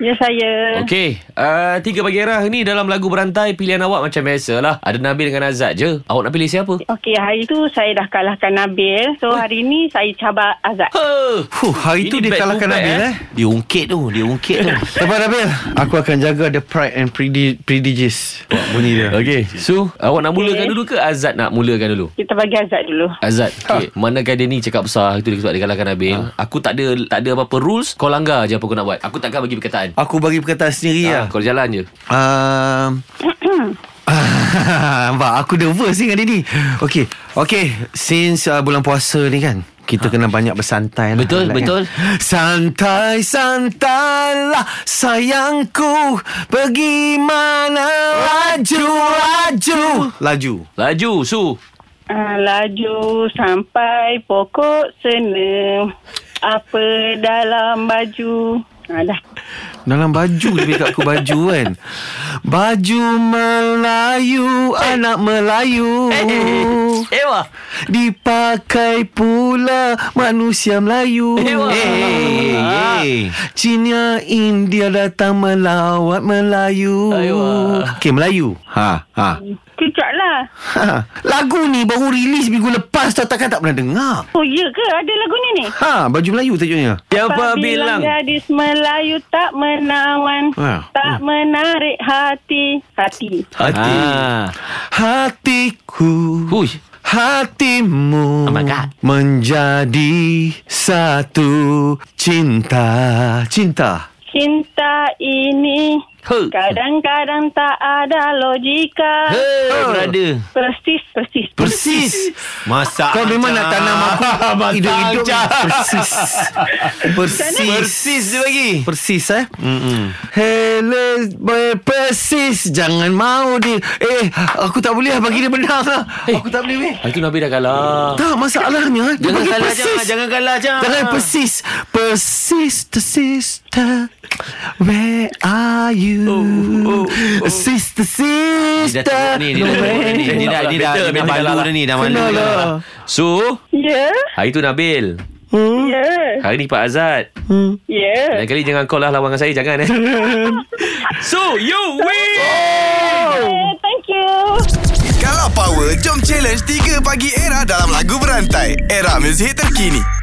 Ya saya Okey uh, Tiga pagi era ni Dalam lagu berantai Pilihan awak macam biasa lah Ada Nabil dengan Azad je Awak nak pilih siapa? Okey hari tu saya dah kalahkan Nabil eh. So hari ni saya cabar Azad Ha. Huh. Huh, hari tu Ini dia back to kalahkan back, Nabil eh. Dia ungkit tu Dia ungkit tu Lepas Nabil, aku akan jaga the pride and predi- prejudice. Wah, bunyi dia. Okey Su Awak nak mulakan dulu ke Azad nak mulakan dulu? Kita bagi Azad dulu Azad Ha. okay. Manakah dia ni cakap besar Itu dia sebab dia kalahkan Nabil Aku tak ada Tak ada apa-apa rules Kau langgar je apa kau nak buat Aku takkan bagi perkataan Aku bagi perkataan sendiri Ya. lah Kau jalan je Ah, Um, Nampak aku nervous ni dengan dia ni Okay Okay Since uh, bulan puasa ni kan kita kena banyak bersantai lah Ah. Betul, Relax, betul. kan? Santai, santailah Sayangku Pergi mana Laju, laju Laju Laju Su uh, Laju sampai pokok sena Apa dalam baju Ah, dah. Dalam baju Dia bagi aku baju kan Baju Melayu Anak Melayu Eh. Oh. Ewa Dipakai pula manusia Melayu. Ewa. Eh, Ah. eh. Cina India datang melawat Melayu. Ewa. Okey Melayu. Ha ha. Cucak lah Ha. Lagu ni baru rilis minggu lepas tau takkan tak pernah dengar. Oh ya ke ada lagu ni ni Ha, baju Melayu tajuknya. Siapa bilang gadis Melayu tak menawan Ah. Tak menarik hati Hati Hati ah. Ha. Hatiku. Hui Oh Hatimu my God. menjadi satu cinta. Cinta. Cinta ini Huh. Kadang-kadang tak ada logika Hey, brother Persis, persis Oh. Persis. Masak Kau memang nak tanam aku Hidup-hidup Persis Persis Persis dia bagi Persis eh Mm-mm. Hello boy, Persis Jangan mau dia Eh Aku tak boleh lah Bagi dia benang lah Eh. Aku tak boleh weh Hari tu Ah, Nabil dah kalah Tak masalahnya eh. Dia Jangan bagi kalah persis jangan, jangan kalah jangan Jangan persis Persister sister Where are you Oh, oh, oh. Sister Dia sister dah teruk ni Dia dah no teruk ni Dia way. dah Dia dah Better, Dia dah better malu lah. dah ni Dah malu Kena dah. lah Su Ya, Hari tu Nabil ya, Hari ni Pak Azad ya Lain kali jangan call lah Lawan dengan saya Jangan eh So you win Eh, Thank you Kalau power, jom challenge 3 pagi era dalam lagu berantai. Era muzik terkini.